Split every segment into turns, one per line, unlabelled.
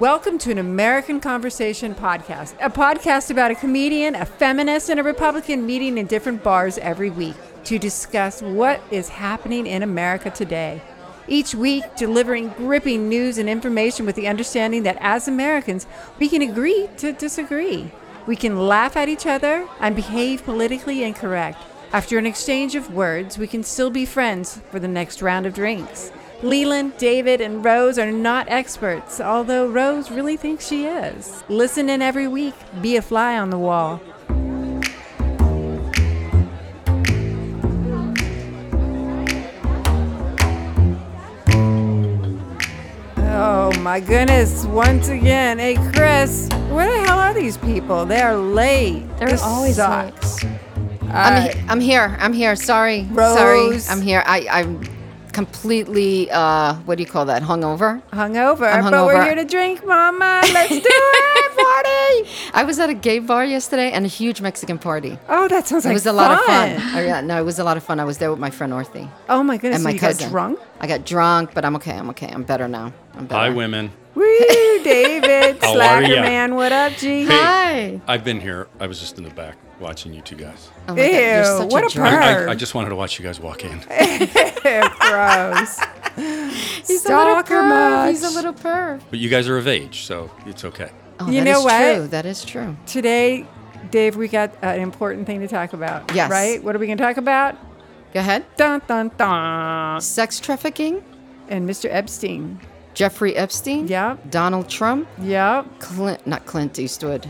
Welcome to an American Conversation podcast, a podcast about a comedian, a feminist, and a Republican meeting in different bars every week to discuss what is happening in America today. Each week, delivering gripping news and information with the understanding that as Americans, we can agree to disagree. We can laugh at each other and behave politically incorrect. After an exchange of words, we can still be friends for the next round of drinks. Leland, David, and Rose are not experts, although Rose really thinks she is. Listen in every week, be a fly on the wall. Oh my goodness, once again. Hey, Chris, where the hell are these people? They are late.
They're
This
always late.
sucks.
I'm, he- I'm here. I'm here. Sorry. Sorry.
Rose.
I'm here. I, I'm completely, uh, what do you call that? Hungover?
Hungover,
I'm
but we're
hungover.
here to drink, Mama. Let's do it, party!
I was at a gay bar yesterday and a huge Mexican party.
Oh, that sounds like
it was a lot of fun. Oh, yeah, no, it was a lot of fun. I was there with my friend Orthy
Oh my goodness,
and
so
my
you
cousin.
got drunk?
I got drunk, but I'm okay. I'm okay. I'm better now. I'm better.
Hi, women.
Woo, David
How are
Slacker
ya?
man, what up, G?
Hi.
Hey. I've been here. I was just in the back watching you two guys.
Oh my God, you're
Ew,
such
what a
a jerk.
perv.
I,
Arr.
I, I just wanted to watch you guys walk in.
Gross.
He's a little
Stalker
perv. He's a
much.
little perv.
But you guys are of age, so it's okay.
Oh,
You
that
know
is
what?
true. That is true.
Today, Dave, we got an important thing to talk about.
Yes.
Right? What are we going to talk about?
Go ahead.
Dun dun dun.
Sex trafficking.
And Mr. Epstein.
Jeffrey Epstein.
Yep.
Donald Trump.
Yep.
Clint, not Clint Eastwood.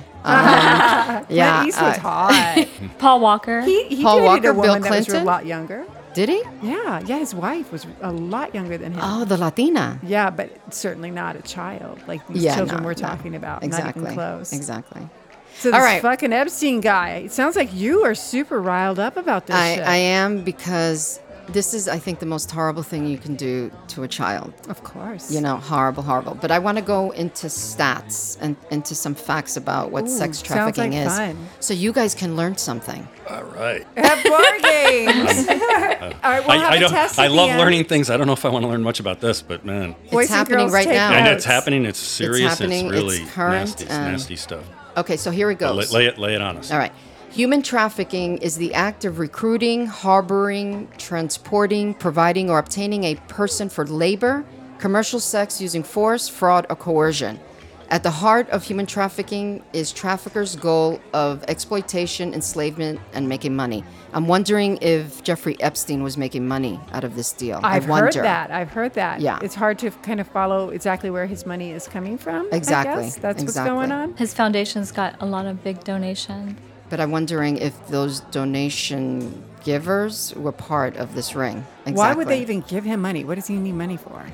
Um, yeah,
Clint Eastwood's
uh,
hot.
Paul Walker.
He, he
Paul
dated
Walker,
a
Bill
woman that was a
Clinton?
lot younger.
Did he?
Yeah, yeah, his wife was a lot younger than him.
Oh, the Latina.
Yeah, but certainly not a child like these
Yeah,
children
no,
we're
no.
talking about.
Exactly.
Not even close.
Exactly.
So this
All right.
fucking Epstein guy. It sounds like you are super riled up about this
I,
shit.
I am because this is, I think, the most horrible thing you can do to a child.
of course.
You know, horrible, horrible. But I want to go into stats and into some facts about what sex
Ooh, sounds
trafficking
like
is,
fun.
so you guys can learn something.
All right.
At bar games. All right, we'll
Uh, I,
have
I
a
don't,
test
I
at the
love
end.
learning things. I don't know if I want to learn much about this, but man.
Boys and
It's happening
girls
right
take
now.
notes.
And it's happening. It's serious. and
happening,
It's really
it's current,
nasty, it's
um,
nasty stuff.
Okay, so here it
But
goes.
lay, lay it, lay it on us.
All right. Human trafficking is the act of recruiting, harboring, transporting, providing, or obtaining a person for labor, commercial sex using force, fraud, or coercion. At the heart of human trafficking is traffickers' goal of exploitation, enslavement, and making money. I'm wondering if Jeffrey Epstein was making money out of this deal. I
I've heard
wonder.
that. I've heard that.
Yeah.
It's hard to kind of follow exactly where his money is coming from. I
Exactly.
guess. That's
Exactly.
what's going on.
His foundation's got a lot of big donations.
But I'm wondering if those donation givers were part of this ring. Exactly.
Why would they even give him money? What does he need money for?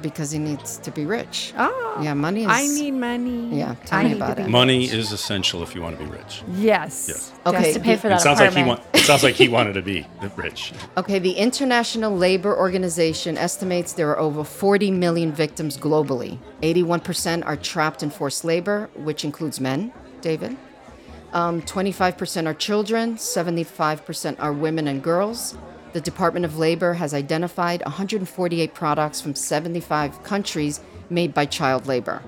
Because he needs to be rich.
Oh.
Yeah, money is.
I need money.
Yeah, tell
I
me
need to
about
be-
it.
Money is essential if you want to be rich.
Yes.
Yes.
Okay.
Just
To pay for
It
that
sounds like he
apartment.
want, It sounds like he wanted to be rich.
Okay, the International Labor Organization estimates there are over 40 million victims globally. 81% are trapped in forced labor, which includes men, David. Um, 25% are children, 75% are women and girls. The Department of Labor has identified 148 products from 75 countries made by child labor.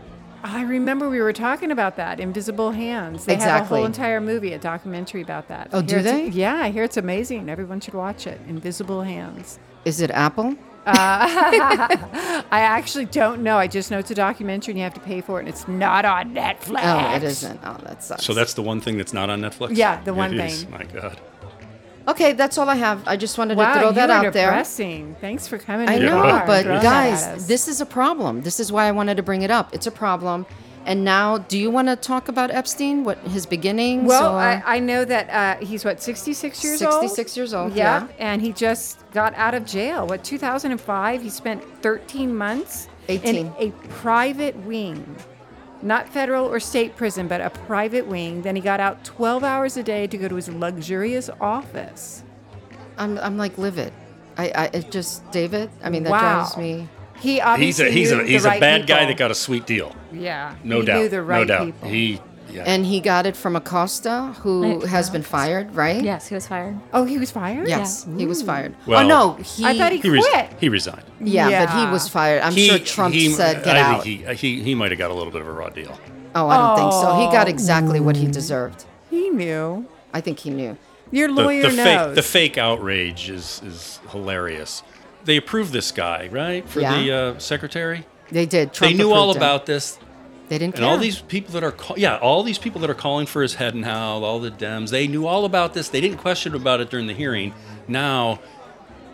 I remember we were talking about that Invisible Hands. They have a
Exactly.
whole entire movie, a documentary about that.
Oh,
I
do
hear it's-
they?
yeah, I hear it's amazing. Everyone should watch it. Invisible Hands.
Is it Apple?
I actually don't know. I just know it's a documentary and you have to pay for it, and it's not on Netflix.
Oh, it isn't. Oh, that sucks.
So that's the one thing that's not on Netflix?
Yeah, the one
It is.
thing.
My God.
okay. That's all I have. I just wanted
Wow,
to throw
you
that
are
out there.
depressing. Thanks for coming.
I
to the
know,
bar and
but
throwing that at us.
guys, this is a problem. This is why I wanted to bring it up. It's a problem. And now, do you want to talk about Epstein? What his beginnings?
Well,
or-
I, I know that uh, he's what 66 years old.
66 years old, yeah.
and he just got out of jail. What 2005? He spent 13 months in a
18.
private wing, not federal or state prison, but a private wing. Then he got out 12 hours a day to go to his luxurious office.
I'm, I'm like livid. I, I, it just David. I mean, that
wow.
drives me.
He obviously
he's a he's
knew
a
the
he's a
right
bad guy
people.
that got a sweet deal.
yeah
No
he
doubt.
knew the right
no doubt.
people.
He Yeah.
And he got it from Acosta, who
I-
has
yeah.
been fired, right?
Yes, he was fired.
Oh, he was fired?
Yes, he was fired. oh
Well-
no, he.
I thought he
He, res-
quit.
he resigned.
yeah, but
Yeah.
he was fired. I'm
he,
sure Trump
he-
said, "Get
I
out."
Think he, he, he might have got a little bit of a raw deal.
oh, I don't think so. He got exactly what he deserved.
He knew.
I think he knew.
Your
The,
lawyer
the
knows.
fake the fake outrage is is hilarious. They approved this guy, right, for
Yeah.
the uh, secretary.
They did. Trump
they knew all
approved him.
about this.
They didn't
And
care.
all these people that are, call- yeah, all these people that are calling for his head and how all the Dems, they knew all about this. They didn't question about it during the hearing. Now,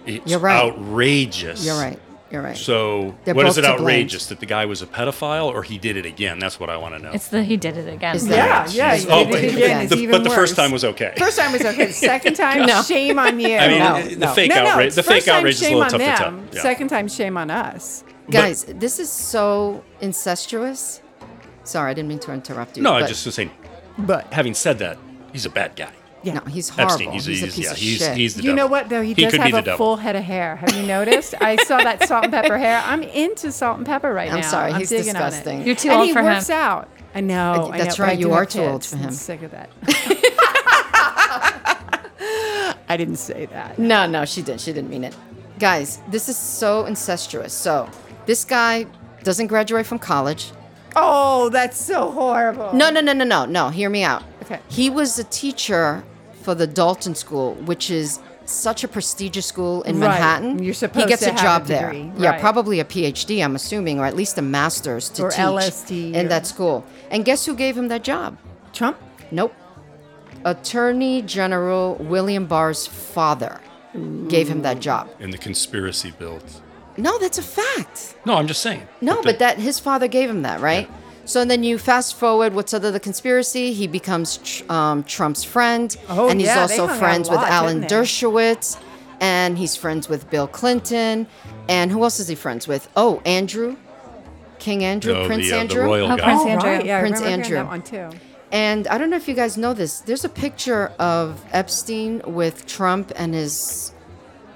it's
You're right.
outrageous.
You're right. You're right.
So,
They're
what is
both
it
to blame.
outrageous that the guy was a pedophile or he did it again? That's what I want to know.
It's the he did it again.
Is
but-
that-
yeah, yeah.
Jesus.
he
oh,
did
but,
it again.
but
It's
the,
even
but the
worse.
first time was okay.
First time was okay. Second time,
No.
shame on you.
I mean,
no,
the
no.
fake
no, no,
outrage-
it's
the
first
fake
time,
outrage is a
shame
little
on
tough to tell.
them.
Yeah.
Second time, shame on us.
Guys, this is so incestuous. Sorry, I didn't mean to interrupt you.
no, I
but-
just was saying,
But
having said that, he's a bad guy.
No, he's horrible.
Epstein, he's,
he's, a
he's,
piece
yeah,
of
he's,
shit.
he's the
you know
devil.
what though? He, does
could be
have
the
a
devil.
full head of hair. Have you noticed? I saw that salt and pepper hair. I'm into salt and pepper right
I'm
now.
sorry,
I'm
he's
digging on it.
disgusting.
You're too
and
old
he
for
works
him.
out. I know.
Uh,
I
that's
know, but I
right, you
do
are
have
too old
kids.
for him.
I'm sick of that. I didn't say that.
No, no, she didn't. She didn't mean it. Guys, this is so incestuous. So, this guy doesn't graduate from college.
Oh, that's so horrible.
No, no, no, no, no, no. Hear me out.
Okay.
He was a teacher for the Dalton School, which is such a prestigious school in
Right.
Manhattan.
You're supposed
he gets
to
a
have a
job there.
degree.
Yeah,
Right.
probably a PhD, I'm assuming, or at least a master's to
Or
teach
LSD
in
or-
that school. And guess who gave him that job?
Trump.
Nope. Attorney General William Barr's father gave him that job.
And the conspiracy builds.
No, that's a fact.
No, I'm just saying.
No,
the-
but that his father gave him that, right? So then you fast forward. What's under the conspiracy? He becomes tr- um, Trump's friend,
Oh,
and he's
yeah, they
also
hung out a
friends with
lot,
Alan
didn't they?
Dershowitz, and he's friends with Bill Clinton, and who else is he friends with? Oh, Andrew, King Andrew,
no,
Prince
the, uh,
Andrew.
The royal
Oh,
guy.
Prince
Oh,
Andrew.
right. Yeah, I
Prince
remember hearing that one too.
And I don't know if you guys know this. There's a picture of Epstein with Trump and his,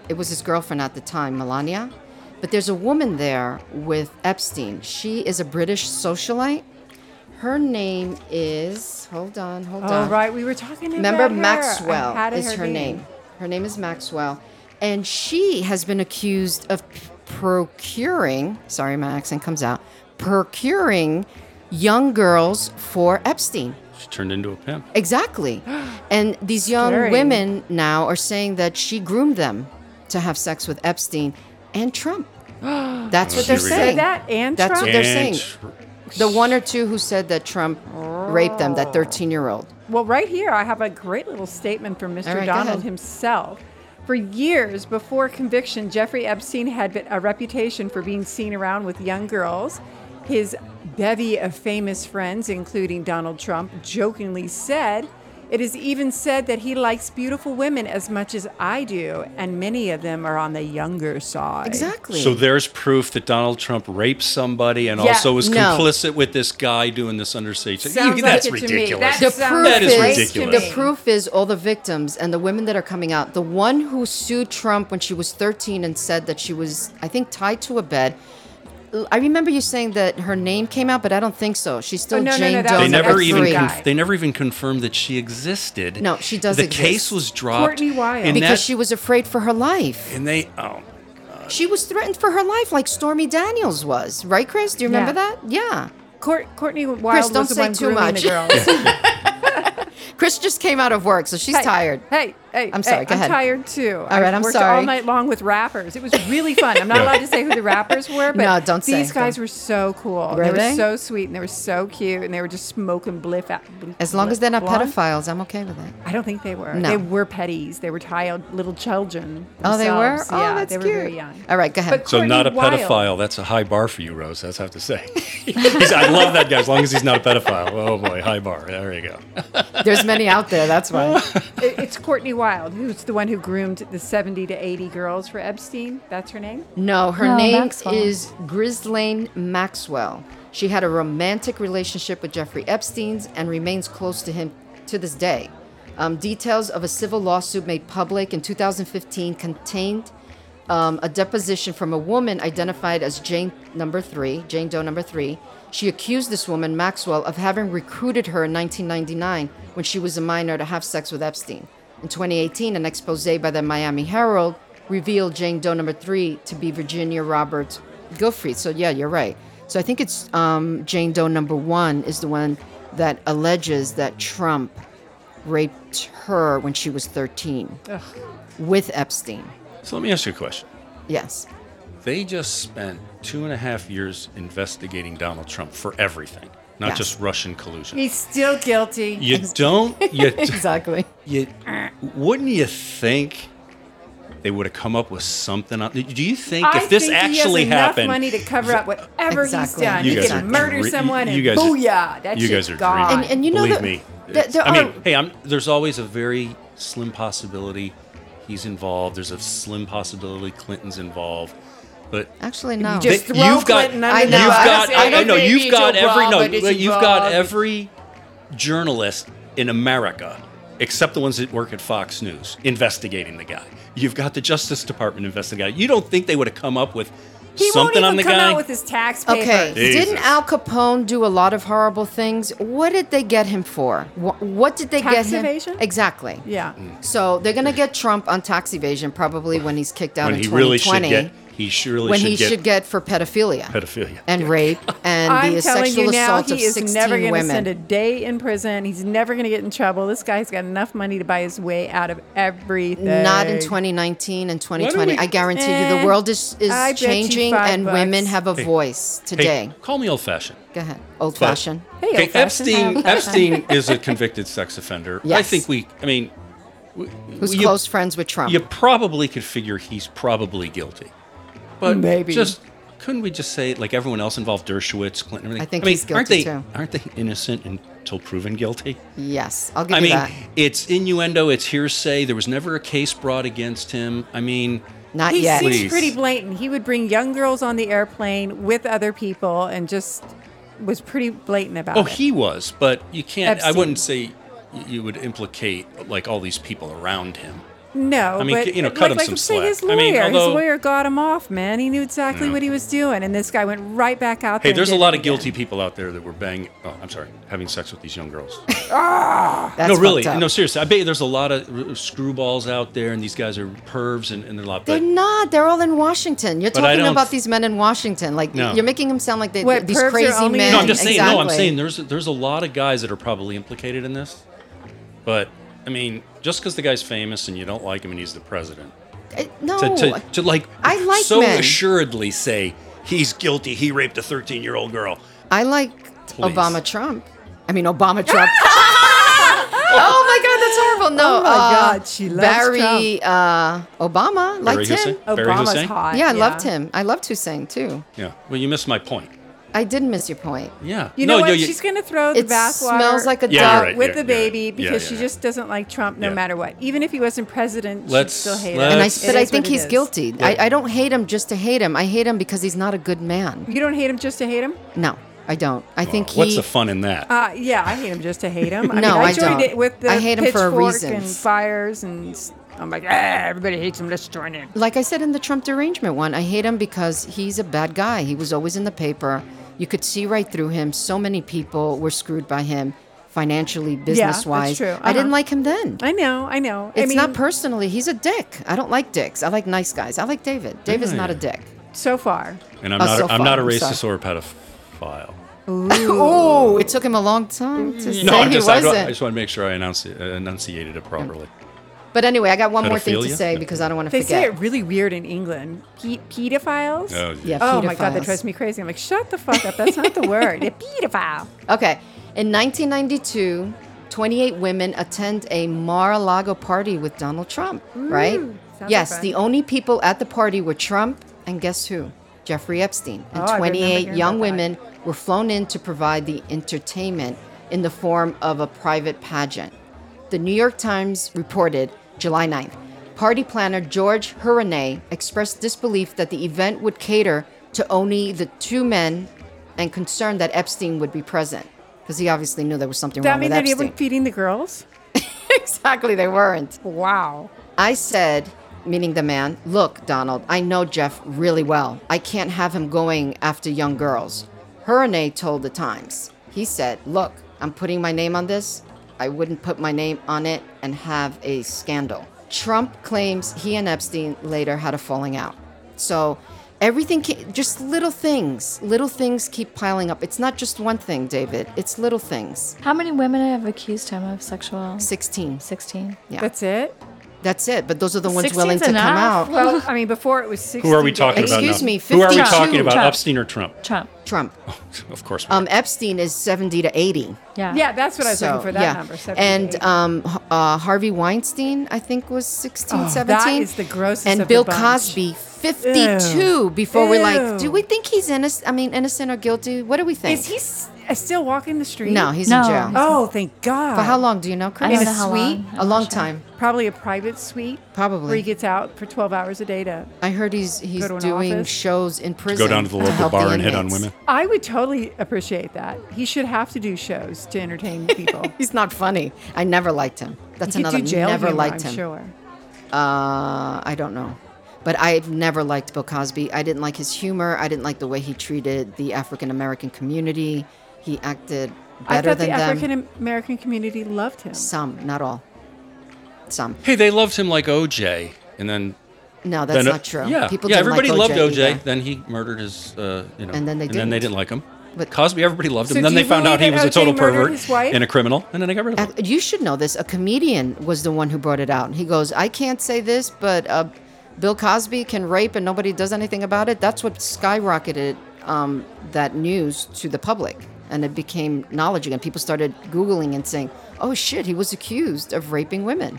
it was his girlfriend at the time, Melania. But there's a woman there with Epstein. She is a British socialite. Her name is, hold on, hold
Oh
on.
right, we were talking about
Remember
her. I
Maxwell
had
is her
name.
name. Her name is Maxwell, and she has been accused of p- procuring. Sorry, my accent comes out. Procuring young girls for Epstein.
She turned into a pimp.
Exactly. And these young
Scary.
women now are saying that she groomed them to have sex with Epstein and Trump. That's what
She
they're
really-
saying.
Said that and
That's
Trump?
what they're
And
saying.
tr-
The one or two who said that Trump raped them,
Oh.
that 13 year old.
Well, right here, I have a great little statement from Mr.
All right, go ahead.
Donald himself. For years before conviction, Jeffrey Epstein had been- a reputation for being seen around with young girls. His bevy of famous friends, including Donald Trump, jokingly said, It is even said that he likes beautiful women as much as I do, and many of them are on the younger side.
Exactly.
So there's proof that Donald Trump raped somebody and
Yeah,
also was
no.
complicit with this guy doing this underage. thing.
Sounds like
that's
it to me.
ridiculous.
the
That sounds
proof
That is
is
ridiculous.
the proof is all the victims and the women that are coming out. The one who sued Trump when she was 13 and said that she was, I think, tied to a bed. L- I remember you saying that her name came out, but I don't think so. She's still
Oh, no, no, no,
Jane
that
Doe.
was
they
Oh,
never
that's
even
free.
conf-
guy.
they never even confirmed that she existed.
No, she does
The
exist.
case was dropped.
Courtney Wild.
and
because
that-
she was afraid for her life.
and they oh
She was threatened for her life, like Stormy Daniels was, right, Chris? Do you remember
Yeah.
that? Yeah.
Court, Courtney Wilde
don't
was the
say
one
too
grooming
much.
the girls.
Chris just came out of work, so she's
Hey,
tired.
Hey, hey,
I'm sorry,
hey,
go
I'm
ahead.
tired too. All
right, I'm
worked all
sorry.
night long with rappers. It was really fun. I'm not allowed to say who the rappers were, but
No, don't say.
these guys were so cool.
Were
they were
they?
so sweet and they were so cute and they were just smoking bliff. At,
As long as they're not
blonde?
pedophiles, I'm okay with it.
I don't think they were.
No.
They were petties. They were child, little children.
Oh, they were.
themselves.
Oh,
yeah,
that's
they were
cute.
very young.
All right, go ahead.
But
so
Courtney
not a
Wild-
pedophile. That's a high bar for you, Rose. That's what I have to say. He's- I love that guy as long as he's not a pedophile. Oh boy, high bar. There you go.
There's many out there. That's why.
It- It's Courtney Wild, who's the one who groomed the 70 to 80 girls for Epstein. That's her name.
No, her
No,
name
Maxwell.
is Ghislaine Maxwell. She had a romantic relationship with Jeffrey Epstein's and remains close to him to this day. Um, details of a civil lawsuit made public in 2015 contained um, a deposition from a woman identified as Jane number three, Jane Doe number three. She accused this woman, Maxwell, of having recruited her in 1999 when she was a minor to have sex with Epstein. In 2018, an expose by the Miami Herald revealed Jane Doe number three to be Virginia Roberts Gilfried. So, yeah, you're right. So, I think it's um, Jane Doe number one is the one that alleges that Trump raped her when she was 13 with Epstein.
So let me ask you a question.
Yes.
They just spent two and a half years investigating Donald Trump for everything, not
Yes.
just Russian collusion.
He's still guilty.
you don't. You, d-
Exactly.
you wouldn't you think they would have come up with something? on- Do you think
I
if this
think he has
actually
enough
happened,
money to cover up whatever
Exactly.
he's done.
You
he
guys
can
are
murder
dre- you-
someone
you guys are-
and booyah, that
you
shit's
guys are
gone.
dreaming.
And- you know
Believe
that-
me.
that
it's-
there
I mean,
are-
hey, I'm, there's always a very slim possibility he's involved. There's a slim possibility Clinton's involved. But
Actually, no.
just-
They-
throw
you've got,
Clinton under
I know,
you've
I
got,
don't- I
I,
don't
know,
think
you've
he's
got
involved,
every, no,
but he's
you've got
involved.
every journalist in America, except the ones that work at Fox News, investigating the guy. You've got the Justice Department investigating. You don't think they would have come up with
He
something
won't even
on the
come
guy?
out with his tax papers.
okay.
Jesus.
Didn't Al Capone do a lot of horrible things? What did they get him for? What, what did they
Tax
get him?
evasion?
Exactly.
Yeah.
So they're gonna get Trump on tax evasion probably when he's kicked out
when
in
he really
2020.
should get, he surely
when
should,
he
get,
should get for pedophilia.
pedophilia.
and rape and
I'm
the
telling
sexual
you now,
assault of
he is
16
never going to
women.
spend a day in prison. He's never going to get in trouble. This guy's got enough money to buy his way out of everything.
Not in 2019 and 2020.
we-
I guarantee you,
Eh,
the world is, is
I bet you
changing,
five
and women
bucks.
have a voice
Hey,
today.
call me old fashioned.
Go ahead, old
But-
fashioned.
Hey,
Okay,
old-fashioned.
Epstein. Epstein is a convicted sex offender. I
Yes.
think we. I mean, w-
Who's
you-
close friends with Trump?
You probably could figure he's probably guilty, but
Maybe.
just couldn't we just say like everyone else involved, Dershowitz, Clinton, everything?
I think
mean,
he's
aren't
guilty,
they,
too.
Aren't they innocent until proven guilty?
Yes, I'll give
I
you
mean,
that.
it's innuendo, it's hearsay. There was never a case brought against him. I mean,
Not
He
yet.
seems
Please.
pretty blatant. He would bring young girls on the airplane with other people and just was pretty blatant about
oh,
it.
he was, but you can't. I
Epstein.
wouldn't say y- you would implicate like all these people around him.
No,
I mean,
but
you know,
like,
cut him
like
some
I'm saying, his
slack.
lawyer,
I mean,
his
although-
lawyer got him off, man. He knew exactly what he was doing, and this guy went right back out there.
Hey,
and
there's a
did
lot
it
of guilty
again.
people out there that were bang. Oh, I'm sorry, having sex with these young girls.
That's
no, really,
fucked up.
no, seriously. I bet you there's a lot of r- screwballs out there, and these guys are pervs, and, and they're a lot.
They're
But
not. They're all in Washington. You're
But I
talking
don't-
about these men in Washington. Like
No.
you're making them sound like they,
What,
these
pervs are
crazy
only
men.
in-
no, I'm just saying. No, I'm
Exactly.
saying there's there's a lot of guys that are probably implicated in this. But I mean, just because the guy's famous and you don't like him and he's the president,
Eh, No.
to, to, to like,
I like
so
men.
assuredly say he's guilty. He raped a 13 year old girl.
I like
Please.
Obama Trump. I mean Obama Trump. oh my God, that's horrible. No, uh,
Oh my God, she loves
Barry Uh, Obama liked
Barry
him.
Hussein? Barry
Obama's
Hussein?
hot.
Yeah, I loved him. I loved Hussein too.
Yeah. Well, you missed my point.
I did miss your point.
Yeah.
You know
no,
what?
you-
She's gonna throw the
It
bathwater.
smells like a
Yeah,
dog
you're right.
with the
yeah, yeah,
baby
yeah,
because
yeah,
she
yeah.
just doesn't like Trump no
Yeah.
matter what. Even if he wasn't president,
Let's-
she'd still hate
And
him.
I,
That's-
It
but I
is
think
what it
he's
is.
guilty. I, I don't hate him just to hate him. I hate him because he's not a good man.
You don't hate him just to hate him?
No, I don't. I think he.
what's the fun in that?
Uh, yeah, I hate him just to hate him. I
No,
mean, I,
I
joined
don't.
it with the
I hate him for a
pitchfork
reason.
and fires and s- I'm like, ah, everybody hates him. Let's join in.
like I said in the Trump derangement one, I hate him because he's a bad guy. He was always in the paper. You could see right through him. So many people were screwed by him financially, business wise.
true.
I didn't
Uh-huh.
like him then.
I know, I know.
It's
I mean,
not personally. He's a dick. I don't like dicks. I like nice guys. I like David. David's not a dick.
so far.
and I'm
uh,
not
so
a, Oh, I'm not a
far, I'm
racist
sorry.
or a pedophile.
Oh, it took him a long time to say
Mm-hmm. No, I'm
he
just, I,
wasn't.
I just want to make sure I enunciate, uh, enunciated it properly.
but anyway, I got one more thing to
Pedophilia?
say because I don't want to
They say
forget.
it really weird in England. Pe- pedophiles?
Oh,
Yeah.
Oh my God, that
Pedophiles.
drives me crazy. I'm like, shut the fuck up. That's not the word. A pedophile.
Okay. In 1992, 28 women attend a Mar-a-Lago party with Donald Trump, right?
like
Yes,
fun.
the only people at the party were Trump and guess who? Jeffrey Epstein.
Oh,
And
I remember
28
hearing
young
about that.
women were flown in to provide the entertainment in the form of a private pageant. The New York Times reported July 9th. Party planner George Huronay expressed disbelief that the event would cater to only the two men and concerned that Epstein would be present because he obviously knew there was something
That
wrong
mean
with
that they
Epstein.
weren't feeding the girls?
exactly, they weren't.
Wow.
I said, meaning the man, Look, Donald, I know Jeff really well. I can't have him going after young girls. Herne told the Times. He said, Look, I'm putting my name on this. I wouldn't put my name on it and have a scandal. Trump claims he and Epstein later had a falling out. So everything, ca- just little things, little things keep piling up. It's not just one thing, David, it's little things.
How many women have accused him of sexual?
16.
16.
Yeah.
That's it?
That's it. But those are the ones
16's
willing to come
enough.
out.
Well, I mean, before it was 60
Who are we talking
days.
about now?
Excuse me,
Who are we
52.
talking about,
Trump.
Epstein or Trump?
Trump.
Trump.
Of course.
Um, Epstein is 70 to 80.
Yeah.
Yeah, that's what I was
so,
looking for, that
yeah.
number. 70,
and
80.
um, H- uh, Harvey Weinstein, I think, was 16,
Oh,
17.
that is the grossest
And
of the
Bill
bunch.
Cosby, 52 before we're like,
Ew.
do we think he's innocent? I mean, innocent or guilty? What do we think?
Is he s- uh, still walking the street?
no, he's
No.
in jail.
Oh, thank God.
For how long do you know,
I
Chris?
don't
In
know
a
how
suite?
long.
a
I'm not
long
sure.
time.
Probably a private suite.
Probably.
Where he gets out for 12 hours a day to.
I heard he's he's
Go to an
doing
office?
shows in prison.
Go down to the local
help
bar and hit on
inmates.
women.
I would totally appreciate that. He should have to do shows to entertain people.
He's not funny. I never liked him. That's
he could
another
do jail
never
humor,
liked
I'm
him.
sure.
Uh, I don't know. But I've never liked Bill Cosby. I didn't like his humor. I didn't like the way he treated the African American community. He acted
I
better
thought
than
the
them.
African American community loved him.
Some, not all. Some.
Hey, they loved him like OJ, and then
No, that's
then, uh,
not true.
Yeah,
People
yeah.
didn't
Everybody
like
loved
OJ.
OJ.
either.
Then he murdered his, uh, you know,
And then they
and then
didn't.
they didn't like him.
But-
Cosby, everybody loved him.
So
then
do you
they found out
believe
he
that
was a total
OJ murdered
pervert
his wife?
and a criminal, and then they got rid of him.
Uh, You should know this. A comedian was the one who brought it out. He goes, I can't say this, but uh, Bill Cosby can rape and nobody does anything about it. That's what skyrocketed um, that news to the public. And it became knowledge again. People started Googling and saying, oh shit, he was accused of raping women.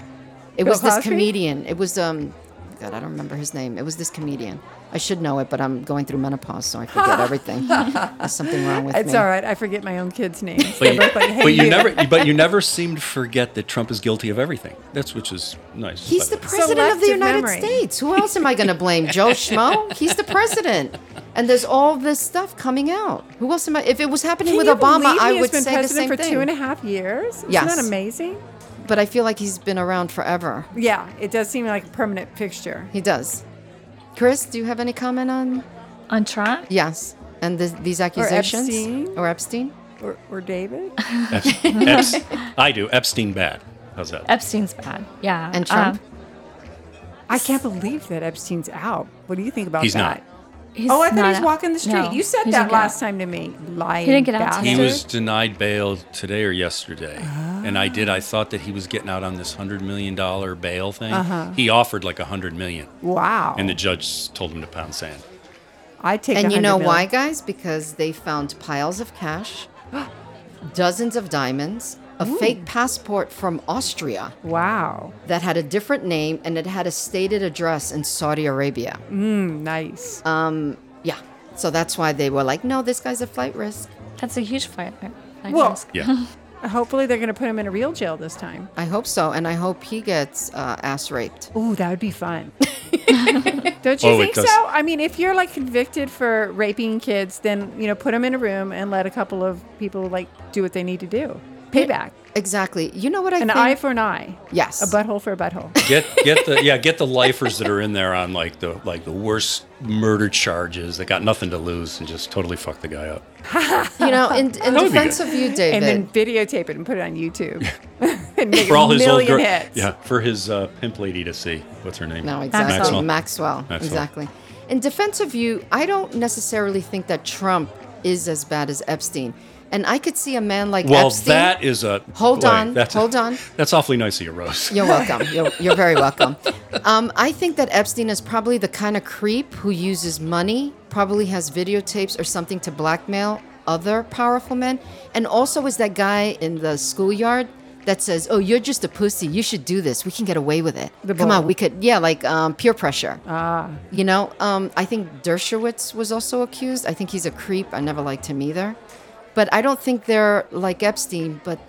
It
Bill
was this
Cosby?
comedian. It was, um, God, I don't remember his name. It was this comedian. I should know it, but I'm going through menopause, so I forget everything. There's something wrong with me.
It's all right. I forget my own kids' names.
But you,
They're both like, "Hey,
but you
you."
never, but you never seem to forget that Trump is guilty of everything. That's which is nice. by
He's
the
the
way.
president of the
Selective
United
memory.
States. Who else am I going to blame? Joe Schmo? He's the president. And there's all this stuff coming out. Who else am I? If it was happening
Can
with
you
Obama,
believe
I
he
would
has been
say the
president
same
for
thing.
two and a half years. Isn't
Yes.
that amazing?
But I feel like he's been around forever.
Yeah, it does seem like a permanent fixture.
He does. Chris, do you have any comment on
On Trump?
yes and this, these accusations
Epstein.
or Epstein?
Or, or David?
Ep- Eps- I do Epstein bad. How's that?
Epstein's bad. Yeah.
And Trump?
Um,
I can't believe that Epstein's out. What do you think about
He's
that?
not.
he's
Oh, I thought
not
he was
out.
walking the street.
No,
you said
he
that
didn't get
last
out.
time to me. Lying
didn't get out
bastard.
today.
He
Sure.
was denied bail today or yesterday, and I did. I thought that he was getting out on this hundred million dollar bail thing. He offered like a hundred million,
Wow.
and the judge told him to pound sand.
I take
And you
100
know
mil.
why, guys? Because they found piles of cash, dozens of diamonds, a fake passport from Austria.
Wow.
that had a different name and it had a stated address in Saudi Arabia.
Nice.
Yeah. So that's why they were like, no, this guy's a flight risk.
That's a huge fight. I
Well-
guess.
Yeah,
Hopefully they're going to put him in a real jail this time.
I hope so. And I hope he gets uh, ass raped.
Ooh, that would be fun. Don't you
Oh, it
think
does.
so? I mean, if you're like convicted for raping kids, then, you know, put them in a room and let a couple of people like do what they need to do. Payback.
Exactly. You know what I
An
think?
eye for an eye.
Yes.
A butthole for a butthole.
get get the yeah get the lifers that are in there on like the like the worst murder charges that got nothing to lose and just totally fuck the guy up.
you know, in, in
would be
defense
good.
of you,
and
David,
then videotape it and put it on YouTube. and make
For all
a
his old
million
girl,
hits.
yeah, for his uh, pimp lady to see. What's her name?
No, uh, exactly. Maxwell.
Maxwell. Maxwell.
Exactly. In defense of you, I don't necessarily think that Trump is as bad as Epstein. And I could see a man like
Well,
Epstein.
that is a
Hold
boy,
on,
that's a-
hold on.
That's awfully nice of you, Rose.
You're welcome. You're, you're very welcome. Um, I think that Epstein is probably the kind of creep who uses money, probably has videotapes or something to blackmail other powerful men, and also is that guy in the schoolyard that says, "Oh, you're just a pussy. You should do this. We can get away with it.
The
Come
bull.
on, we could." Yeah, like um, peer pressure. Ah. You know, um, I think Dershowitz was also accused. I think he's a creep. I never liked him either, but I don't think they're like Epstein. But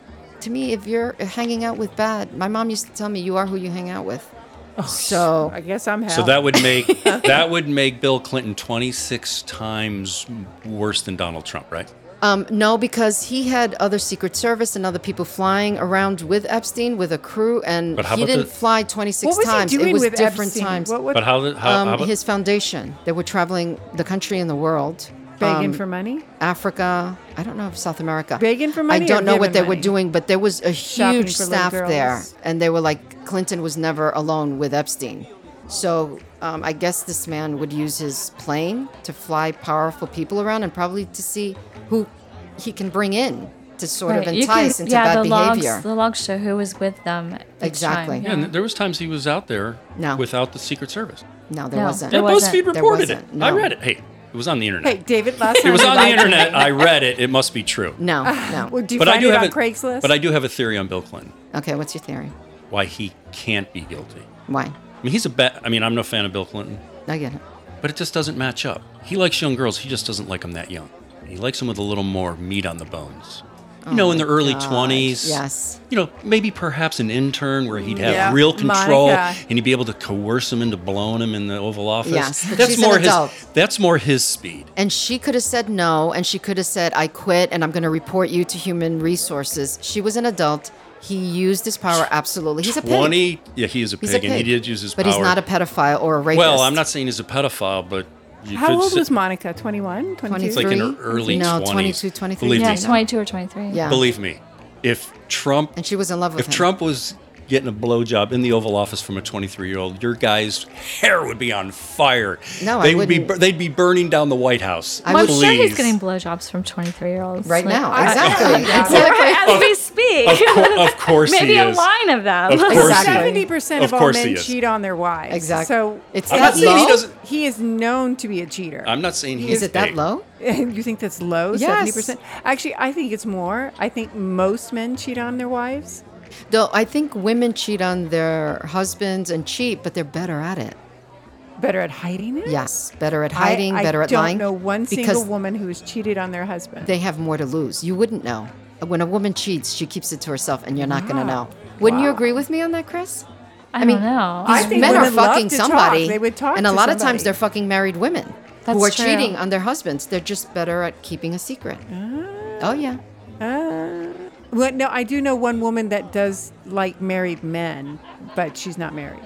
to me, if you're hanging out with bad, my mom used to tell me you are who you hang out with.
Oh,
so
I guess I'm hell.
So that would make that would make Bill Clinton 26 times worse than Donald Trump, right?
Um, no, because he had other Secret Service and other people flying around with Epstein with a crew, and
But how
he
about
didn't
the-
fly 26
What was
times.
he doing
it was
with
different
Epstein?
times.
What, what,
But how, how,
um,
how about
his foundation. They were traveling the country and the world.
begging
um,
for money?
Africa. I don't know if South America.
Begging for money
I
or
don't know
giving
what they
money?
were doing, but there was a
Shopping
huge
for little
staff there,
girls.
and they were like, Clinton was never alone with Epstein. So um, I guess this man would use his plane to fly powerful people around, and probably to see who he can bring in to sort
Right,
of
you
entice into
yeah,
bad
the
behavior.
Logs, the logs show who was with them. each time,
Exactly.
Yeah, and there was times he was out there
No.
without the Secret Service.
No, there
No.
wasn't.
There
and
wasn't.
BuzzFeed
There
reported it.
wasn't,
I
no.
read it. Hey, it was on the internet.
Hey, David, last
it
time
was
you
on the
lied to me.
internet. I read it. It must be true.
No, no.
Well, do you
but I
find
do
it
have
on
a-
Craigslist?
But I do have a theory on Bill Clinton.
Okay, what's your theory?
Why he can't be guilty.
Why?
I mean, he's a bet. I mean, I'm no fan of Bill Clinton,
I get it.
but it just doesn't match up. He likes young girls. He just doesn't like them that young. He likes them with a little more meat on the bones. You know, in the early
Oh God,
20s.
yes.
You know, maybe perhaps an intern where he'd have
Yeah,
real control
Monica.
and he'd be able to coerce him into blowing him in the Oval Office.
Yes, but
that's
she's an
more
adult.
his that's more his speed.
And she could have said no, and she could have said, I quit and I'm going to report you to human resources. She was an adult. He used his power absolutely. He's a pig.
20 Yeah, he is a pig,
He's a
and he
pig.
did use his
But
power.
he's not a pedophile or a rapist.
Well, I'm not saying he's a pedophile, but you
How
could
old
say-
was Monica? 21? 22?
It's like in her
23?
early
No,
20s.
22, 23.
Believe
Yeah,
me.
twenty two or twenty three.
Yeah.
Believe me, if Trump
And she was in love with
if
him.
Trump was getting a blowjob in the Oval Office from a 23 year old, your guy's hair would be on fire.
No, I
they would be
wouldn't.
bur- they'd be burning down the White House.
I
Well, I'm
would-
sure he's
Please.
getting blowjobs from 23 year olds.
right now.
I-
exactly.
Yeah.
exactly.
As we speak.
Of, cour- of course
Maybe
he
a
is.
line of them.
Of course
Exactly.
he
Seventy
is.
percent of,
Of
all
course he
men
is.
cheat on their wives.
Exactly.
So
It's
I'm
that
not saying he
low?
doesn't-
he is known to be a cheater.
I'm not saying he's
Is it that
a-
low?
you think that's low? Seventy
Yes.
percent. Actually, I think it's more. I think most men cheat on their wives.
Though I think women cheat on their husbands and cheat, but they're better at it.
Better at hiding it.
Yes, better at
I-
hiding,
I,
better at
don't
lying.
know one single
because
woman who has cheated on their husband.
they have more to lose. You wouldn't know. When a woman cheats, she keeps it to herself, and you're not going to
Wow.
know. Wouldn't you agree with me on that, Chris?
I,
mean,
don't know.
I
These
think
men are
women love
fucking
to talk.
somebody,
They would talk
and a
to
lot of times
somebody.
they're fucking married women who are
That's
cheating
true.
on their husbands. They're just better at keeping a secret.
Ah.
oh yeah,
Uh, well, no, I do know one woman that does like married men, but she's not married.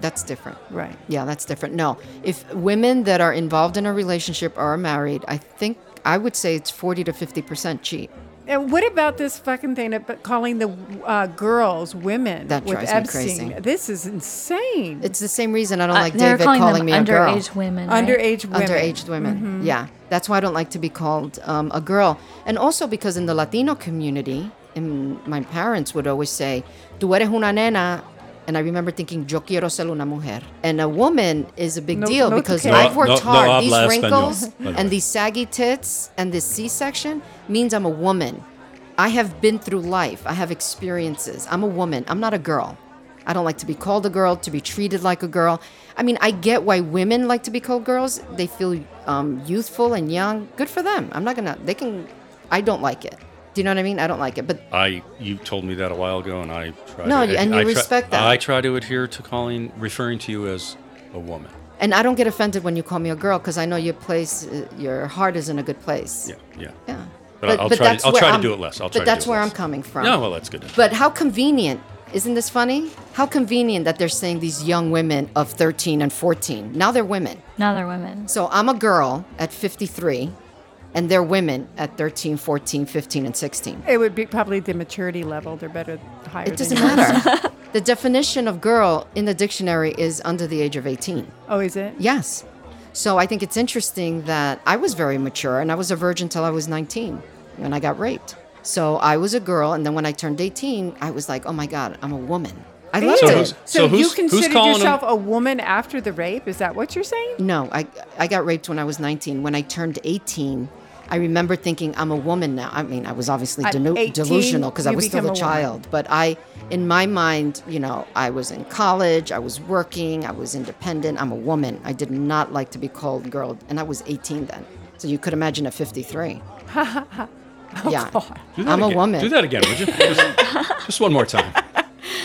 that's different.
Right.
Yeah, that's different. No, if women that are involved in a relationship are married, I think I would say it's forty to fifty percent cheat.
And what about this fucking thing about calling the uh, girls women
That
with
drives me
Epstein?
crazy.
This is insane.
It's the same reason I don't
Uh,
like
they're
David
calling,
calling,
them
me a girl.
underage women. right?
underage women. Mm-hmm.
underaged women. Yeah, that's why I don't like to be called um, a girl, and also because in the Latino community, in, my parents would always say, "Tú eres una nena." And I remember thinking, yo quiero ser una mujer. And a woman is a big
No-
deal
no te
because
queda.
I've
No,
worked
no- no
hard.
habla
these
español,
wrinkles
by the way.
and these saggy tits and this C section means I'm a woman. I have been through life, I have experiences. I'm a woman, I'm not a girl. I don't like to be called a girl, to be treated like a girl. I mean, I get why women like to be called girls. They feel um, youthful and young. Good for them. I'm not gonna, they can, I don't like it. Do you know what I mean? I don't like it. But
I you told me that a while ago, and I try
No,
to,
and you
I try-
respect that.
I try to adhere to calling referring to you as a woman.
And I don't get offended when you call me a girl because I know your place, uh, your heart is in a good place.
Yeah, yeah.
Yeah.
But I'll try to-
that's
I'll
where
try to
I'm-
do it less. I'll
but
try to do
that's
it
where
less.
I'm coming from.
No, well, that's good. to-
But how convenient. Isn't this funny? How convenient that they're saying these young women of 13 and 14. Now they're women.
Now they're women.
So I'm a girl at 53 and they're women at 13, 14, 15 and 16.
It would be probably the maturity level. They're better higher.
It doesn't
than yours.
matter. the definition of girl in the dictionary is under the age of 18.
Oh, is it?
Yes. So I think it's interesting that I was very mature and I was a virgin till I was 19 when I got raped. So I was a girl, and then when I turned 18, I was like, oh my God, I'm a woman. I loved
So
it.
who's-
So,
So
you
who's- who's
considered
calling 'em?
yourself a woman after the rape? Is that what you're saying?
No, I, I got raped when I was 19. When I turned 18, I remember thinking, I'm a woman now. I mean, I was obviously
At
delu-
18,
delusional because I
you
was still
become
a,
a woman.
child. But I, in my mind, you know, I was in college, I was working, I was independent. I'm a woman. I did not like to be called girl. And I was 18 then. So you could imagine at 53. yeah.
God.
Do that
I'm a
again.
woman.
Do that again, would you? Just, just one more time.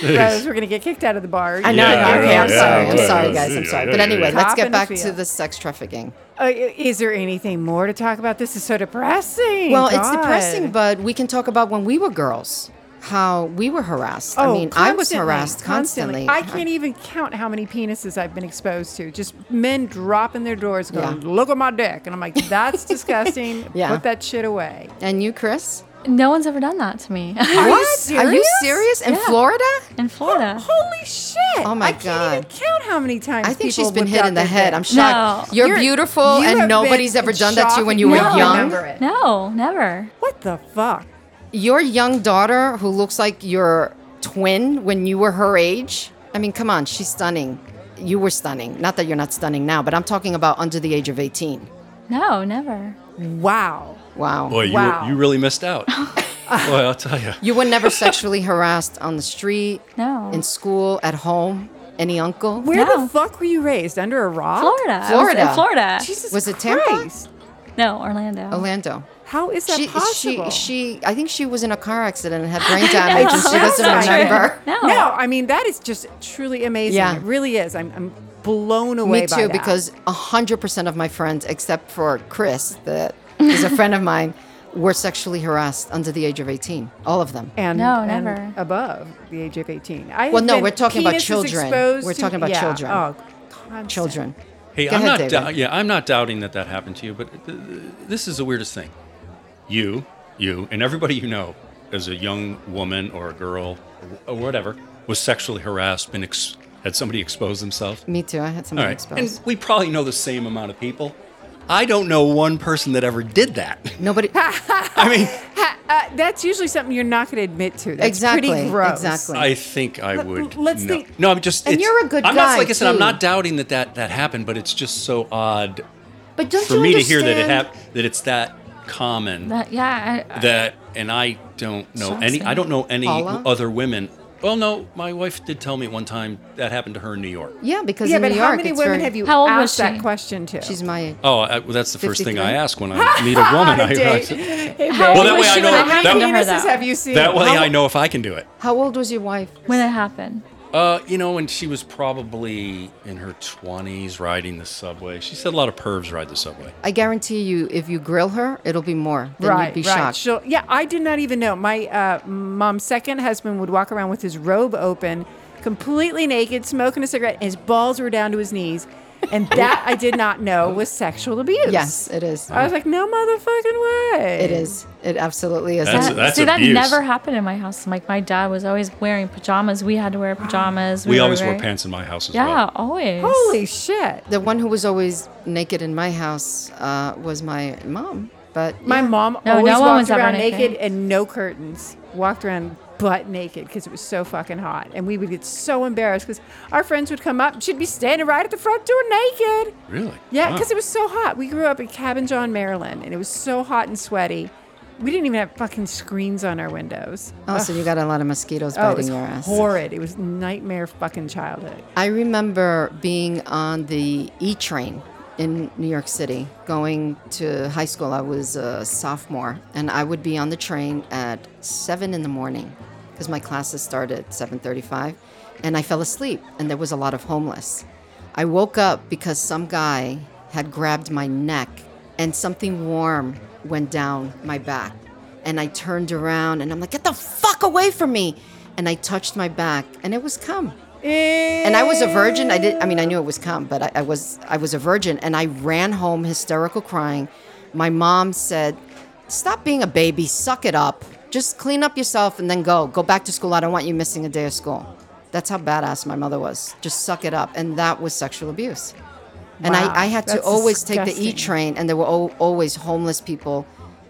Because we're going to get kicked out of the bar.
I know. I
Yeah,
know. okay,
yeah,
I'm
yeah,
sorry. I'm
yeah,
sorry,
yeah,
guys.
yeah,
I'm sorry.
yeah,
But
yeah,
anyway,
yeah.
let's
Cop
get
in the
back to
field.
the sex trafficking.
Uh, is there anything more to talk about? This is so depressing.
Well, it's
God.
depressing, but we can talk about when we were girls, how we were harassed. I
Oh,
mean, I was
constantly,
harassed constantly.
I can't even count how many penises I've been exposed to. Just men dropping their doors, going, "Look at my dick," and I'm like, "That's disgusting.
Yeah.
Put that shit away."
And you, Chris?
No one's ever done that to me
e- Are
What? Are you serious? In
Yeah.
Florida?
in Florida.
Holy shit!
Oh my
I can't
God.
even count how many times.
I think
people
she's been
whipped
hit
out
in the
their
head.
dick.
I'm shocked.
No.
You're
You're-
beautiful,
you
and
have
nobody's
been
ever done that to you when
shocking.
you were
No.
young.
Remember it.
No, never.
What the fuck?
Your young daughter, who looks like your twin when you were her age. I mean, come on, she's stunning. You were stunning. Not that you're not stunning now, but I'm talking about under the age of 18.
No, never.
Wow.
Wow.
Boy,
Wow.
you, you really missed out. Boy, I'll tell you.
You were never sexually harassed on the street,
No.
in school, at home, any uncle.
Where
No.
the fuck were you raised? Under a rock?
Florida. I was
Florida.
in Florida.
Jesus
Was it Tampa?
Christ.
no, Orlando.
Orlando.
How is that
She,
possible?
she, she, I think she was in a car accident and had brain damage, and she
know.
doesn't
That's not
remember.
No.
No, I mean that is just truly amazing.
Yeah.
It really is. I'm, I'm blown away.
Me
by
too,
that.
because hundred percent of my friends, except for Chris, that is a friend of mine, were sexually harassed under the age of eighteen. All of them.
and
No,
and
never.
above the age of 18. I have
Well, no,
been
we're talking about
penises
children.
exposed
We're
to-
talking about
yeah.
children.
Oh, constant.
Children.
Hey,
Go
I'm
ahead,
not. dou-
David.
yeah, I'm not doubting that that happened to you, but th- th- this is the weirdest thing. You, you, and everybody you know, as a young woman or a girl or whatever, was sexually harassed. Been ex- had somebody expose themselves.
Me too. I had
uh, All
somebody
right,
exposed.
and we probably know the same amount of people. I don't know one person that ever did that.
Nobody.
I mean,
Ha- uh, that's usually something you're not going to admit to. That's
Exactly,
Pretty gross.
exactly.
I think I would.
let's
no.
think-
No, I'm just.
And
it's-
you're a good
I'm
guy,
not like I said.
too.
I'm not doubting that that that happened, but it's just so odd
But don't
for
you
me to hear
understand?
that it hap- that it's that common.
That- yeah. I,
that and I don't know
Shots
any
in
I don't know any
Paula?
other women. Well, no, my wife did tell me one time that happened to her in New York.
Yeah, because
Yeah,
in
but
New
how
York,
many
it's
women
very-
have you
How old
asked
was she?
that question to?
She's my age.
Oh, I, well, that's the first thing I
53?
ask when I meet a woman. I, I,
How
Well,
old
that
was
way I
she
know-
when it
that-
How
happened
many
to her,
penises
though?
have you seen?
that way
How-
I know if I can do it.
How old was your wife?
When it happened.
Uh, you know, and she was probably in her 20s riding the subway. She said a lot of pervs ride the subway.
I guarantee you, if you grill her, it'll be more. Then
right,
you'd be
right.
shocked.
She'll- yeah, I did not even know. My uh, mom's second husband would walk around with his robe open, completely naked, smoking a cigarette, and his balls were down to his knees. And that I did not know was sexual abuse.
Yes, it is.
I was like, no motherfucking way.
It is. It absolutely is.
That's-
That-
that's
see, that
abuse.
never happened in my house. Like my dad was always wearing pajamas. We had to wear pajamas.
We,
were
always wore
very-
pants in my house as
Yeah,
well.
always.
Holy shit.
the one who was always naked in my house uh, was my mom. But
My
yeah.
mom
No, no
always
one
walked
was ever
around
naked.
naked and no curtains. Walked around butt naked because it was so fucking hot. And we would get so embarrassed because our friends would come up and she'd be standing right at the front door naked.
Really?
Yeah,
Wow.
because it was so hot. We grew up in Cabin John, Maryland, and it was so hot and sweaty. We didn't even have fucking screens on our windows.
Oh, so you got a lot of mosquitoes
Oh, it
biting
was
your ass.
horrid. It was nightmare fucking childhood.
I remember being on the E train in New York City, going to high school. I was a sophomore, and I would be on the train at seven in the morning because my classes started at seven thirty-five, and I fell asleep. And there was a lot of homeless. I woke up because some guy had grabbed my neck, and something warm went down my back and I turned around and I'm like, get the fuck away from me. And I touched my back and it was cum. And I was a virgin. I did I mean I knew it was cum, but I, I was I was a virgin and I ran home hysterical crying. My mom said, Stop being a baby, suck it up. Just clean up yourself and then go. Go back to school. I don't want you missing a day of school. That's how badass my mother was. Just suck it up. And that was sexual abuse. And
Wow,
I, I had to
that's
always take the E
disgusting.
train, and there were al always homeless people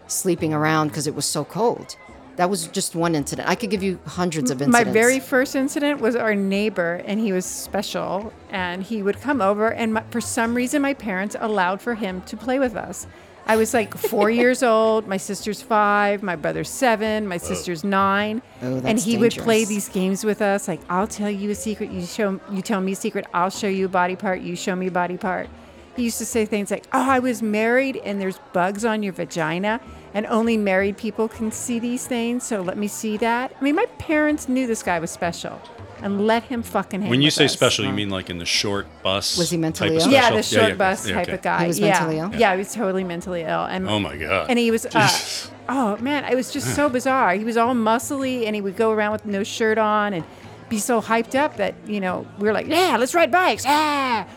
sleeping around because it was so cold. That was just one incident. I could give you hundreds of
My
incidents.
very first incident was our neighbor, and he was special, and he would come over, and my, for some reason, my parents allowed for him to play with us. I was like four years old. My sister's five. My brother's seven. My sister's nine.
Oh,
and
that's
he would play
dangerous.
these games with us. Like I'll tell you a secret. You show. You tell me a secret. I'll show you a body part. You show me a body part. He used to say things like, "Oh, I was married, and there's bugs on your vagina, and only married people can see these things. So let me see that." I mean, my parents knew this guy was special. and let him fucking hang
When you
with
say
us.
special, you mean like in the short bus?
Was he mentally
type of
ill?
Yeah,
special?
the short bus
yeah,
type
okay.
of guy.
He was
yeah.
mentally ill?
Yeah, he was totally mentally ill. And
Oh my God.
And he was. Uh,
Jesus.
oh man, it was just so bizarre. He was all muscly, and he would go around with no shirt on and be so hyped up that you know we were like, yeah, let's ride bikes. Ah.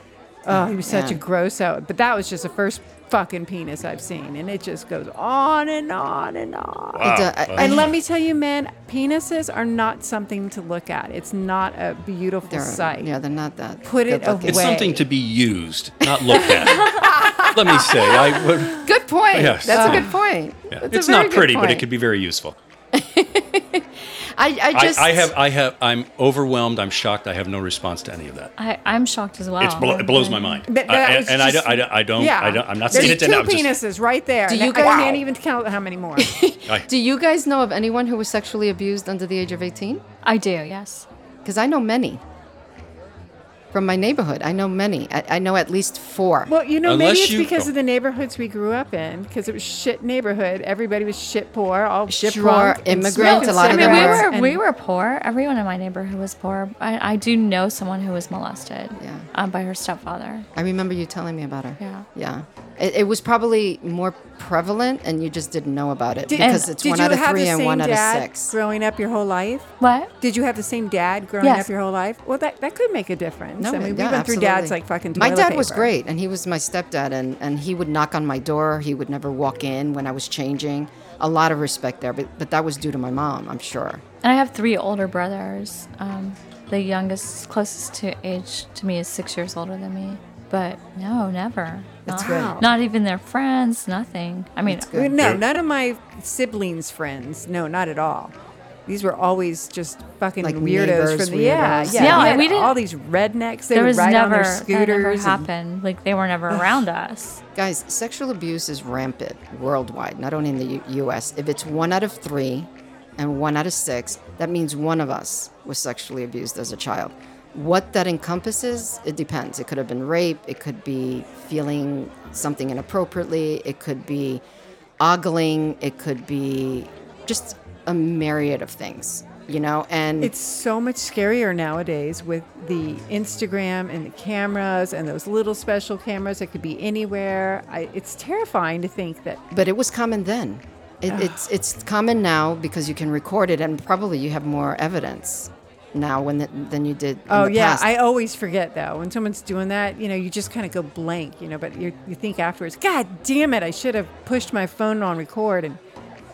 Oh, he was such
Yeah.
a gross out. But that was just the first fucking penis I've seen, and it just goes on and on and on.
Wow.
It, uh, I-
Well,
And let me tell you, man, penises are not something to look at. It's not a beautiful
They're-
sight.
Yeah, they're not that.
Put it
good-looking.
it's
away.
something to be used, not looked at. let me say, I would.
Good point.
Yes.
That's a
Yeah.
good
Ah.
point.
yeah.
That's a
It's
very
not
good
pretty, but it
point.
could be very useful.
I, I
I,
just.
I have, I have, I'm overwhelmed. I'm shocked. I have no response to any of that.
I, I'm shocked as well.
It's blo- it blows
Oh.
my mind.
But
I-
that
and
was
and I,
just-
don't, I don't, I don't, I don't, I'm not saying it
There's
to
two
I'm just-
penises right there.
Do
and
you
I
guys-
can't
Wow.
even count how many more.
I-
Do you guys know of anyone who was sexually abused under the age of 18?
I do, yes.
Because I know many. From my neighborhood, I know many. I, I know at least four.
well, you know, maybe
Unless
it's
you-
because
oh.
of the neighborhoods we grew up in, because it was shit neighborhood. Everybody was shit poor, all
Shit
drunk
poor,
and
immigrant,
smoking
a lot
I
of
mean,
them
we
cigarettes
were-
were we
and-
were poor. Everyone in my neighborhood was poor. I, I do know someone who was molested
Yeah.
um, by her stepfather.
I remember you telling me about her.
Yeah.
Yeah. It, it was probably more prevalent and you just didn't know about it
Did-
because
and
it's
Did
one
you
out of
have
three
the
and
same
one out of
dad
six.
growing up your whole life?
What?
Did you have the same dad growing
Yes.
up your whole life? Well, that, that could make a difference. I mean, we
yeah,
went through dads
absolutely.
like fucking
My
toilet
dad was
paper.
great, and he was my stepdad, and, and he would knock on my door. He would never walk in when I was changing. A lot of respect there, but, but that was due to my mom, I'm sure.
And I have three older brothers. Um, the youngest, closest to age to me, is six years older than me. But no, never.
That's
not,
good.
Not even their friends. Nothing. I mean,
That's
Well,
good.
No,
They're-
none of my siblings' friends. No, not at all. These were always just fucking
Like
weirdos
neighbors,
from the yeah,
weirdos.
yeah.
Yeah,
we,
like,
had
we didn't-
all these rednecks. They
there
would
was
ride on
never
their
that never
scooters. and-
happened. Like they were never around us.
Guys, sexual abuse is rampant worldwide, not only in the U- US. If it's one out of three and one out of six, that means one of us was sexually abused as a child. What that encompasses, it depends. It could have been rape, it could be feeling something inappropriately, it could be ogling, it could be just a myriad of things, you know? And
It's so much scarier nowadays with the Instagram and the cameras and those little special cameras that could be anywhere. I, it's terrifying to think that
but it was common then. It, it's it's common now because you can record it, and probably you have more evidence now when the, than you did.
Oh
in the
yeah,
past.
I always forget though when someone's doing that. You know, you just kind of go blank. You know, but you you think afterwards, God damn it, I should have pushed my phone on record and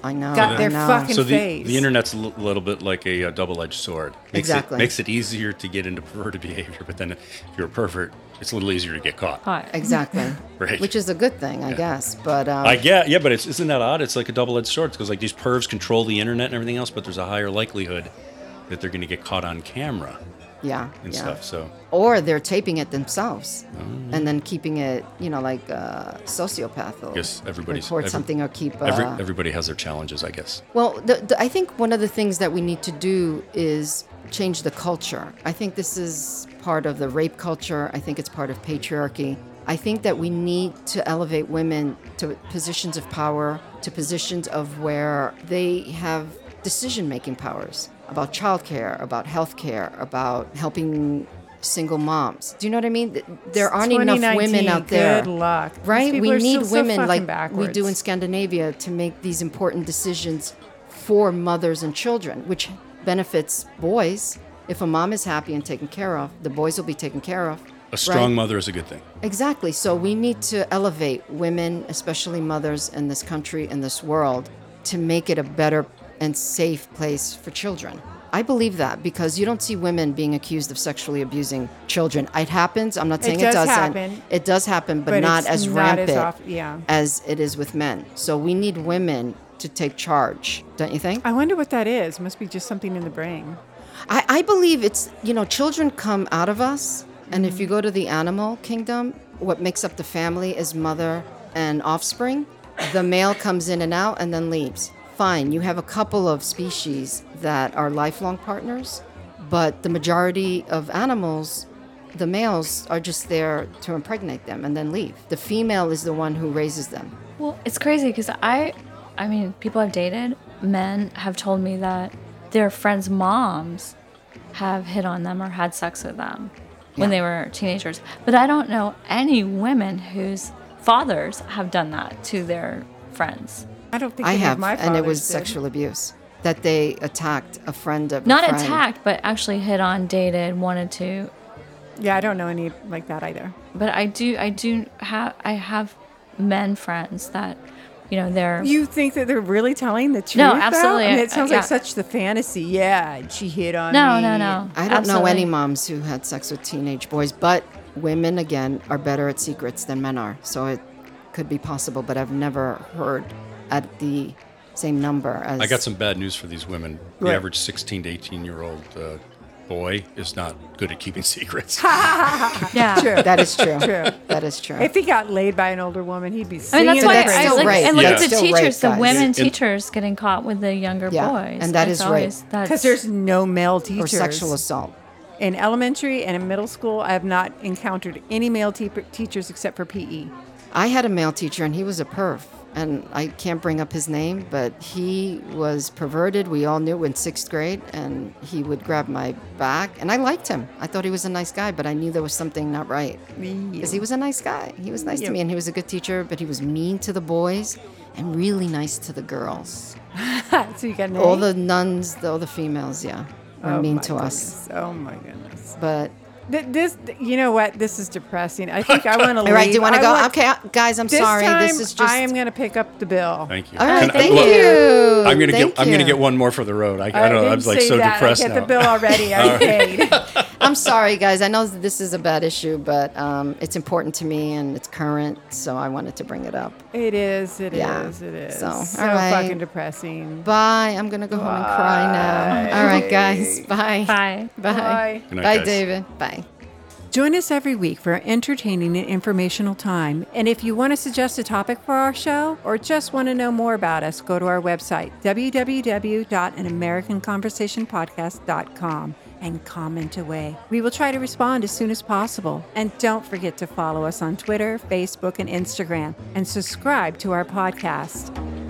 I know.
got
I
their
know.
fucking
so the,
face.
the internet's a li- little bit like a, uh double-edged sword. Makes
Exactly.
It, makes it easier to get into perverted behavior, but then if you're a pervert, it's a little easier to get caught.
But
exactly,
Right.
which is a good thing, I guess. But um,
I get, yeah, but it's, isn't that odd? It's like a double-edged sword because like these pervs control the internet and everything else, but there's a higher likelihood that they're going to get caught on camera
yeah,
and
yeah.
stuff. So Mm-hmm.
Or they're taping it themselves and then keeping it, you know, like uh, sociopath. will
Yes, everybody's-
record
every-
something or keep. Uh,
every, everybody has their challenges, I guess.
Well, the, the, I think one of the things that we need to do is change the culture. I think this is part of the rape culture. I think it's part of patriarchy. I think that we need to elevate women to positions of power, to positions of where they have decision making powers about childcare, about healthcare, about helping single moms. Do you know what I mean? Th- There aren't enough
2019,
women out there.
good luck. These
Right?
people
We
are still
need
so
women
fucking
like we do
backwards.
in Scandinavia to make these important decisions for mothers and children, which benefits boys. If a mom is happy and taken care of, the boys will be taken care of.
A strong
right?
mother is a good thing.
Exactly. So we need to elevate women, especially mothers in this country, in this world, to make it a better and safe place for children. I believe that because you don't see women being accused of sexually abusing children. It happens. I'm not saying it,
does
doesn't.
happen.
It does happen, but,
But
not
it's
as
not as
rampant
off- yeah.
as it is with men. So we need women to take charge, don't you think?
I wonder what that is. Must be just something in the brain.
I, I believe it's, you know, children come out of us. And if you go to the animal kingdom, what makes up the family is mother and offspring. The male comes in and out and then leaves. Fine, you have a couple of species that are lifelong partners, but the majority of animals, the males are just there to impregnate them and then leave. The female is the one who raises them.
Well, it's crazy because I, I mean, people I've dated, men have told me that their friends' moms have hit on them or had sex with them when they were teenagers. But I don't know any women whose fathers have done that to their friends.
I don't think
I
any of
have,
my
and it
fathers
was
did.
sexual abuse that they attacked a friend of a
Not
friend.
attacked, but actually hit on, dated, wanted to.
Yeah, I don't know any like that either.
But I do, I do have, I have men friends that, you know, they're
You think that they're really telling the truth?
No,
though?
absolutely.
I mean, it sounds
Yeah.
like such the fantasy. Yeah, and she hit on
no,
me.
no, no.
I don't know any
Absolutely.
moms who had sex with teenage boys, but women again are better at secrets than men are. So it could be possible, but I've never heard at the same number as
I got some bad news for these women. The
Right.
average 16 to 18 year old uh, boy is not good at keeping secrets.
Yeah.
True.
That is true.
True.
That is true.
If he got laid by an older woman, he'd be
I mean,
singing
that's
the
why
that's
I
praises.
still
look,
rape.
I look
That's
at the
still
teachers,
rape,
the
guys.
women
Yeah.
teachers getting caught with the younger
Yeah,
boys.
and that
It's
is rape.
always, That's
because there's no male teachers
or sexual assault.
in elementary and in middle school. I have not encountered any male te- teachers except for E. PE.
I had a male teacher and he was a perv. And I can't bring up his name, but he was perverted. We all knew in sixth grade, and he would grab my back. And I liked him. I thought he was a nice guy, but I knew there was something not right. Because he was a nice guy. He was nice to me, and he was a good teacher, but he was mean to the boys and really nice to the girls.
so you got an
All
A?
the nuns, the, all the females, yeah, were
Oh
mean
my
to us.
goodness. Oh my goodness.
But
Th- This, you know what? This is depressing. I think I want to.
all right, do you want to go? okay, uh, guys, I'm
This
sorry.
time,
this is just.
I am going to pick up the bill.
Thank you.
all right,
Can I-
thank
look,
you.
I'm gonna
Thank
get. I'm gonna
you.
get one more for the road. I, I, don't know.
didn't
I'm like
say
so
that.
depressed
I get
now.
the bill already. I paid.
I'm sorry, guys. I know this is a bad issue, but um, it's important to me and it's current, so I wanted to bring it up.
It is. It is.
Yeah.
It is.
So,
So,
all right.
fucking depressing.
Bye. I'm gonna go home and cry now. All right, guys. Bye.
Bye.
Bye.
Good night,
Bye,
guys.
David. Bye.
Join us every week for an entertaining and informational time. And if you want to suggest a topic for our show or just want to know more about us, go to our website, www.anamericanconversationpodcast.com, and comment away. We will try to respond as soon as possible. And don't forget to follow us on Twitter, Facebook, and Instagram, and subscribe to our podcast.